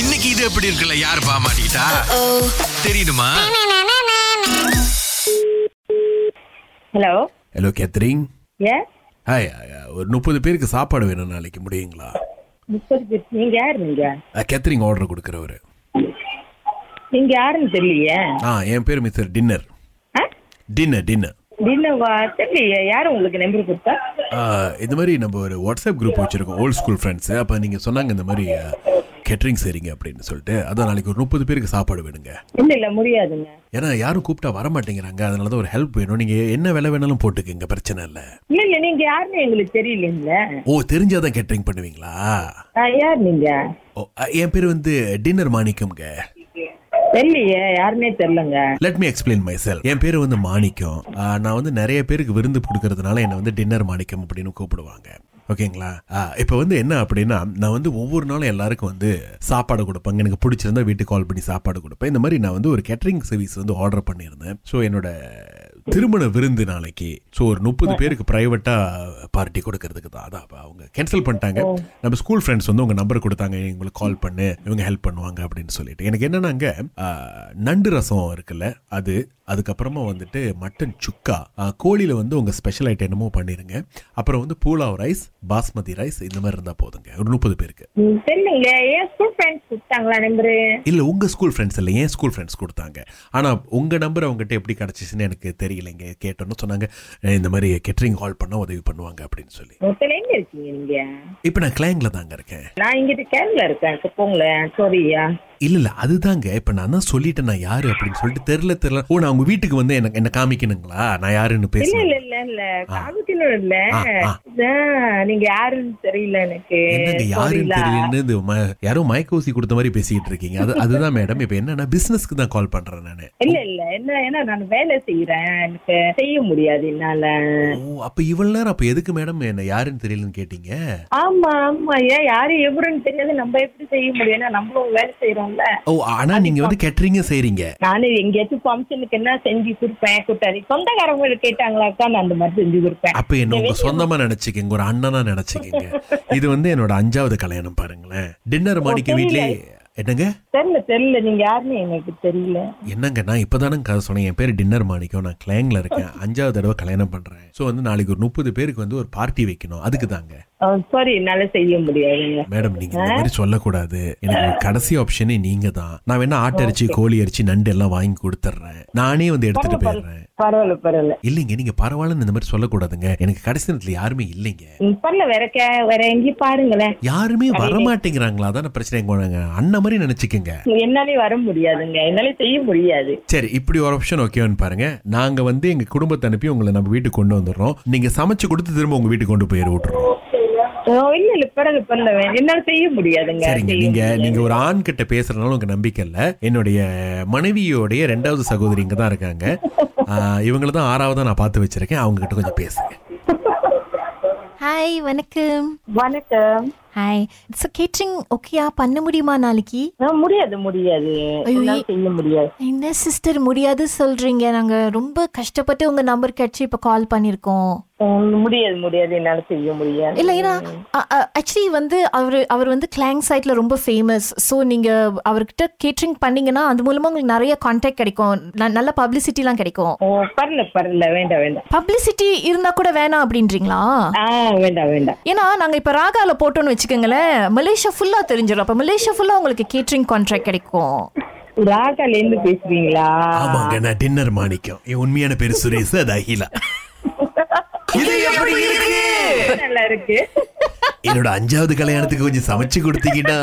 இன்னைக்கு இது எப்படி இருக்குல்ல யார் பாமாட்டா தெரியுமா hello hello Catherine yes hi ஒரு முப்பது பேருக்கு சாப்பாடு வேணும் நாளைக்கு முடியுங்களா முப்பது பேர் நீங்க யாரு நீங்க கேத்ரிங் ஆர்டர் கொடுக்குறவர் நீங்க யாருன்னு தெரியலையே ஆ என் பேர் மிஸ்டர் டின்னர் ஆ? டின்னர் டின்னர் தினவா தெரியலையே யாரு உங்களுக்கு நம்பர் கொடுத்தா இது மாதிரி நம்ம ஒரு வாட்ஸ்அப் குரூப் வச்சுருக்கோம் ஓல்ட் ஸ்கூல் ஃப்ரெண்ட்ஸ் அப்போ நீங்கள் சொன்னாங்க இந்த மாதிரி கேட்ரிங் சரிங்க அப்படின்னு சொல்லிட்டு அதான் நாளைக்கு ஒரு முப்பது பேருக்கு சாப்பாடு வேணுங்க இல்ல இல்ல முடியாதுங்க ஏன்னா யாரும் கூப்பிட்டா வர மாட்டேங்கிறாங்க அதனால தான் ஒரு ஹெல்ப் வேணும் நீங்கள் என்ன விலை வேணாலும் போட்டுக்கங்க பிரச்சனை இல்லை இல்ல இல்ல நீங்க யாருன்னு எங்களுக்கு தெரியலீங்களே ஓ தெரிஞ்சாதான் கேட்ரிங் பண்ணுவீங்களா யார் நீங்க ஓ அ, என் பேர் வந்து டின்னர் மாணிக்கம்ங்க தெரியலையே யாருன்னே தெரியலங்க let me explain myself என் பேர் வந்து மாணிக்கம் ஆ, நான் வந்து நிறைய பேருக்கு விருந்து கொடுக்கறதுனால என்னை வந்து டின்னர் மாணிக்கம் அப்படின்னு கூப்பிடுவாங்க ஓகேங்களா இப்போ வந்து என்ன அப்படின்னா நான் வந்து ஒவ்வொரு நாளும் எல்லாருக்கும் வந்து சாப்பாடு கொடுப்பேங்க எனக்கு பிடிச்சிருந்தா வீட்டுக்கு கால் பண்ணி சாப்பாடு கொடுப்பேன் இந்த மாதிரி நான் வந்து ஒரு கேட்டரிங் சர்வீஸ் வந்து ஆர்டர் பண்ணியிருந்தேன் ஸோ என்னோட திருமண விருந்து நாளைக்கு ஸோ ஒரு முப்பது பேருக்கு ப்ரைவேட்டாக பார்ட்டி கொடுக்கறதுக்கு தான் அதான் அப்ப அவங்க கேன்சல் பண்ணிட்டாங்க நம்ம ஸ்கூல் ஃப்ரெண்ட்ஸ் வந்து உங்கள் நம்பர் கொடுத்தாங்க இவங்களுக்கு கால் பண்ணு இவங்க ஹெல்ப் பண்ணுவாங்க அப்படின்னு சொல்லிட்டு எனக்கு என்னன்னாங்க ஆ, நண்டு ரசம் இருக்குல்ல அது அதுக்கப்புறமா வந்துட்டு மட்டன் சுக்கா ஆ, கோழியில வந்து உங்கள் ஸ்பெஷல் ஐட்டம் என்னமோ பண்ணிடுங்க அப்புறம் வந்து பூலாவ் ரைஸ் பாஸ்மதி ரைஸ் இந்த மாதிரி இருந்தால் போதுங்க ஒரு முப்பது பேருக்கு ம், தெரியலங்க ஏன் ஸ்கூல் ஃப்ரெண்ட்ஸ் கொடுத்தாங்களா நம்பரு இல்லை உங்கள் ஸ்கூல் ஃப்ரெண்ட்ஸ் இல்லை என் ஸ்கூல் ஃப்ரெண்ட்ஸ் கொடுத்தாங்க ஆனால் உங்கள் நம்பர் அவங்ககிட்ட எப்படி கிடச்சிச்சின்னு எனக்கு தெரியலைங்க கேட்டோன்னு சொன்னாங்க "அஹ், இந்த மாதிரி கெட்டரிங் ஹால் பண்ணால் உதவி பண்ணுவாங்க அப்படின்னு சொல்லி மொத்தல எங்க இருக்கீங்க நீங்க இப்போ நான் கிளாங்கில் தாங்க இருக்கேன் நான் இங்கிட்டு கேரளா இருக்கேன் இப்ப போங்களேன் சாரியா இல்லை இல்லை அதுதாங்க இப்போ நான் தான் சொல்லிட்டேன் நான் யார் அப்படின்னு சொல்லிட்டு தெரில தெரில ஓ நான் உங்கள் வீட்டுக்கு வந்து எனக்கு என்ன காமிக்கணுங்களா நான் யாருன்னு இல்ல பேசுறேன் இல்ல இல்ல இல்ல காமிக்கணும் இல்ல ஆ, ஆ. இதான், நீங்க யாருன்னு தெரியல எனக்கு என்னங்க sorry யாருன்னு லா. தெரியலன்னு இது ம- யாரோ மயக்க ஊசி கொடுத்த மாதிரி பேசிக்கிட்டு இருக்கீங்க அது அதுதான் மேடம் இப்போ என்னன்னா பிஸ்னஸ்க்கு தான் கால் பண்ணுறேன் நான் இல்ல இல்ல என்ன ஏன்னா நான் வேலை செய்யறேன் எனக்கு செய்ய முடியாது என்னால ஓ அப்போ இவ்வளோ நேரம் அப்போ எதுக்கு மேடம் என்ன யாருன்னு தெரியலன்னு கேட்டீங்க ஆமா ஆமா ஏன் யாரு எவருன்னு தெரியாது நம்ம எப்படி செய்ய முடியும் ஏன்னா நம்மளும் வேலை செய்யறோம்ல ஓ ஆனால் நீங்கள் வந்து கெட்டரிங்க செய்கிறீங்க நானும் எங்கேயாச்சும் ஃபங்க்ஷனுக்கு என்ன செஞ்சு கொடுப்பேன் கூட்டாளி சொந்தக்காரங்க கேட்டாங்களாக்கா நான் அந்த மாதிரி செஞ்சு கொடுப்பேன் அப்ப என்ன உங்க சொந்தமா நினைச்சுக்கங்க ஒரு அண்ணனா நினைச்சுக்கங்க இது வந்து என்னோட அஞ்சாவது கல்யாணம் பாருங்களேன் டின்னர் மாடிக்க வீட்லயே என்னங்க தெரியல தெரியல நீங்க யாருன்னு எனக்கு தெரியல என்னங்க நான் இப்பதானங்க கதை சொன்னேன் என் பேர் டின்னர் மாணிக்கம் நான் கிளாங்ல இருக்கேன் அஞ்சாவது தடவை கல்யாணம் பண்றேன் ஸோ வந்து நாளைக்கு ஒரு முப்பது பேருக்கு வந்து ஒரு பார்ட்டி வைக்கணும் அதுக்கு தாங்க சாரி என்னால செய்ய முடியாதுங்க மேடம் நீங்க இந்த மாதிரி சொல்லக்கூடாது எனக்கு ஒரு கடைசி ஆப்ஷனே நீங்க தான் நான் வேணா ஆட்டரிச்சி கோழி அரிச்சி நண்டு எல்லாம் வாங்கி கொடுத்துட்றேன் நானே வந்து எடுத்துட்டு போயிடுறேன் பரவாயில்ல பரவாயில்ல இல்லைங்க நீங்க பரவாயில்லன்னு இந்த மாதிரி சொல்லக்கூடாதுங்க எனக்கு கடைசி நேரத்துல யாருமே இல்லைங்க ம், பரவாயில்ல வேற கே வேற எங்கேயும் பாருங்களேன் யாருமே வர மாட்டேங்கிறாங்களா அதான பிரச்சனை எங்க அண்ணன் மாதிரி நினைச்சுக்கங்க என்னாலே வர முடியாதுங்க என்னாலே செய்ய முடியாது சரி இப்படி ஒரு ஆப்ஷன் ஓகேவான்னு பாருங்க நாங்க வந்து எங்க குடும்பத்தை அனுப்பி உங்களை நம்ம வீட்டுக்கு கொண்டு வந்துடுறோம் நீங்க சமைச்சு கொடுத்து திரும்ப உங்க வீட்டுக்கு கொண்டு போய் விட்டுறோம் ஓ, இல்ல இல்ல பரவாயில்ல பரவாயில்ல என்னால செய்ய முடியாதுங்க சரிங்க செய்ய நீங்க முடியாது. நீங்க ஒரு ஆண் கிட்ட பேசுறதுனால உங்க நம்பிக்கை இல்ல என்னுடைய மனைவியோடைய ரெண்டாவது சகோதரி இங்க தான் இருக்காங்க இவங்களை தான் ஆறாவதா நான் பார்த்து வச்சிருக்கேன் அவங்க கிட்ட கொஞ்சம் பேசுங்க ஹாய் வணக்கம் வணக்கம் ஹாய் ஸோ கேட்ரிங் ஓகேயா பண்ண முடியுமா நாளைக்கு ஆ, முடியாது முடியாது ஐயோ, என்னால ஏ- செய்ய முடியாது என்ன சிஸ்டர் முடியாது சொல்றீங்க நாங்க ரொம்ப கஷ்டப்பட்டு உங்க நம்பர் கிடைச்சு இப்ப கால் பண்ணிருக்கோம் ம், முடியாது முடியாது என்னால செய்ய முடியாது இல்ல ஏன்னா ஆக்சுவலி வந்து அவர் அவர் வந்து கிளாங் சைட்ல ரொம்ப ஃபேமஸ் ஸோ நீங்க அவர்கிட்ட கேட்ரிங் பண்ணீங்கன்னா அது மூலமா உங்களுக்கு நிறைய கான்டாக்ட் கிடைக்கும் ந- நல்ல பப்ளிசிட்டிலாம் கிடைக்கும் ஓ, பரவாயில்ல பரவாயில்ல வேண்டாம் வேண்டாம் பப்ளிசிட்டி இருந்தா கூட வேணாம் அப்படின்றீங்களா ஆ வேண்டாம் வேண்டாம் ஏன்னா நாங்க இப்ப ராகால போட்டோம்னு வச்சுக்கோங்களேன் மலேசியா ஃபுல்லா தெரிஞ்சிடும் அப்ப மலேசியா ஃபுல்லா உங்களுக்கு கேட்ரிங் கான்ட்ராக்ட் கிடைக்கும் ராகால இருந்து பேசுறீங்களா ஆமாங்க நான் டின்னர் மாணிக்கம் என் உண்மையான பேரு சுரேஷ் அது அகிலா இது எப்படி இருக்கு நல்லா இருக்கு என்னோட அஞ்சாவது கல்யாணத்துக்கு கொஞ்சம் சமைச்சு கொடுத்தீங்கன்னா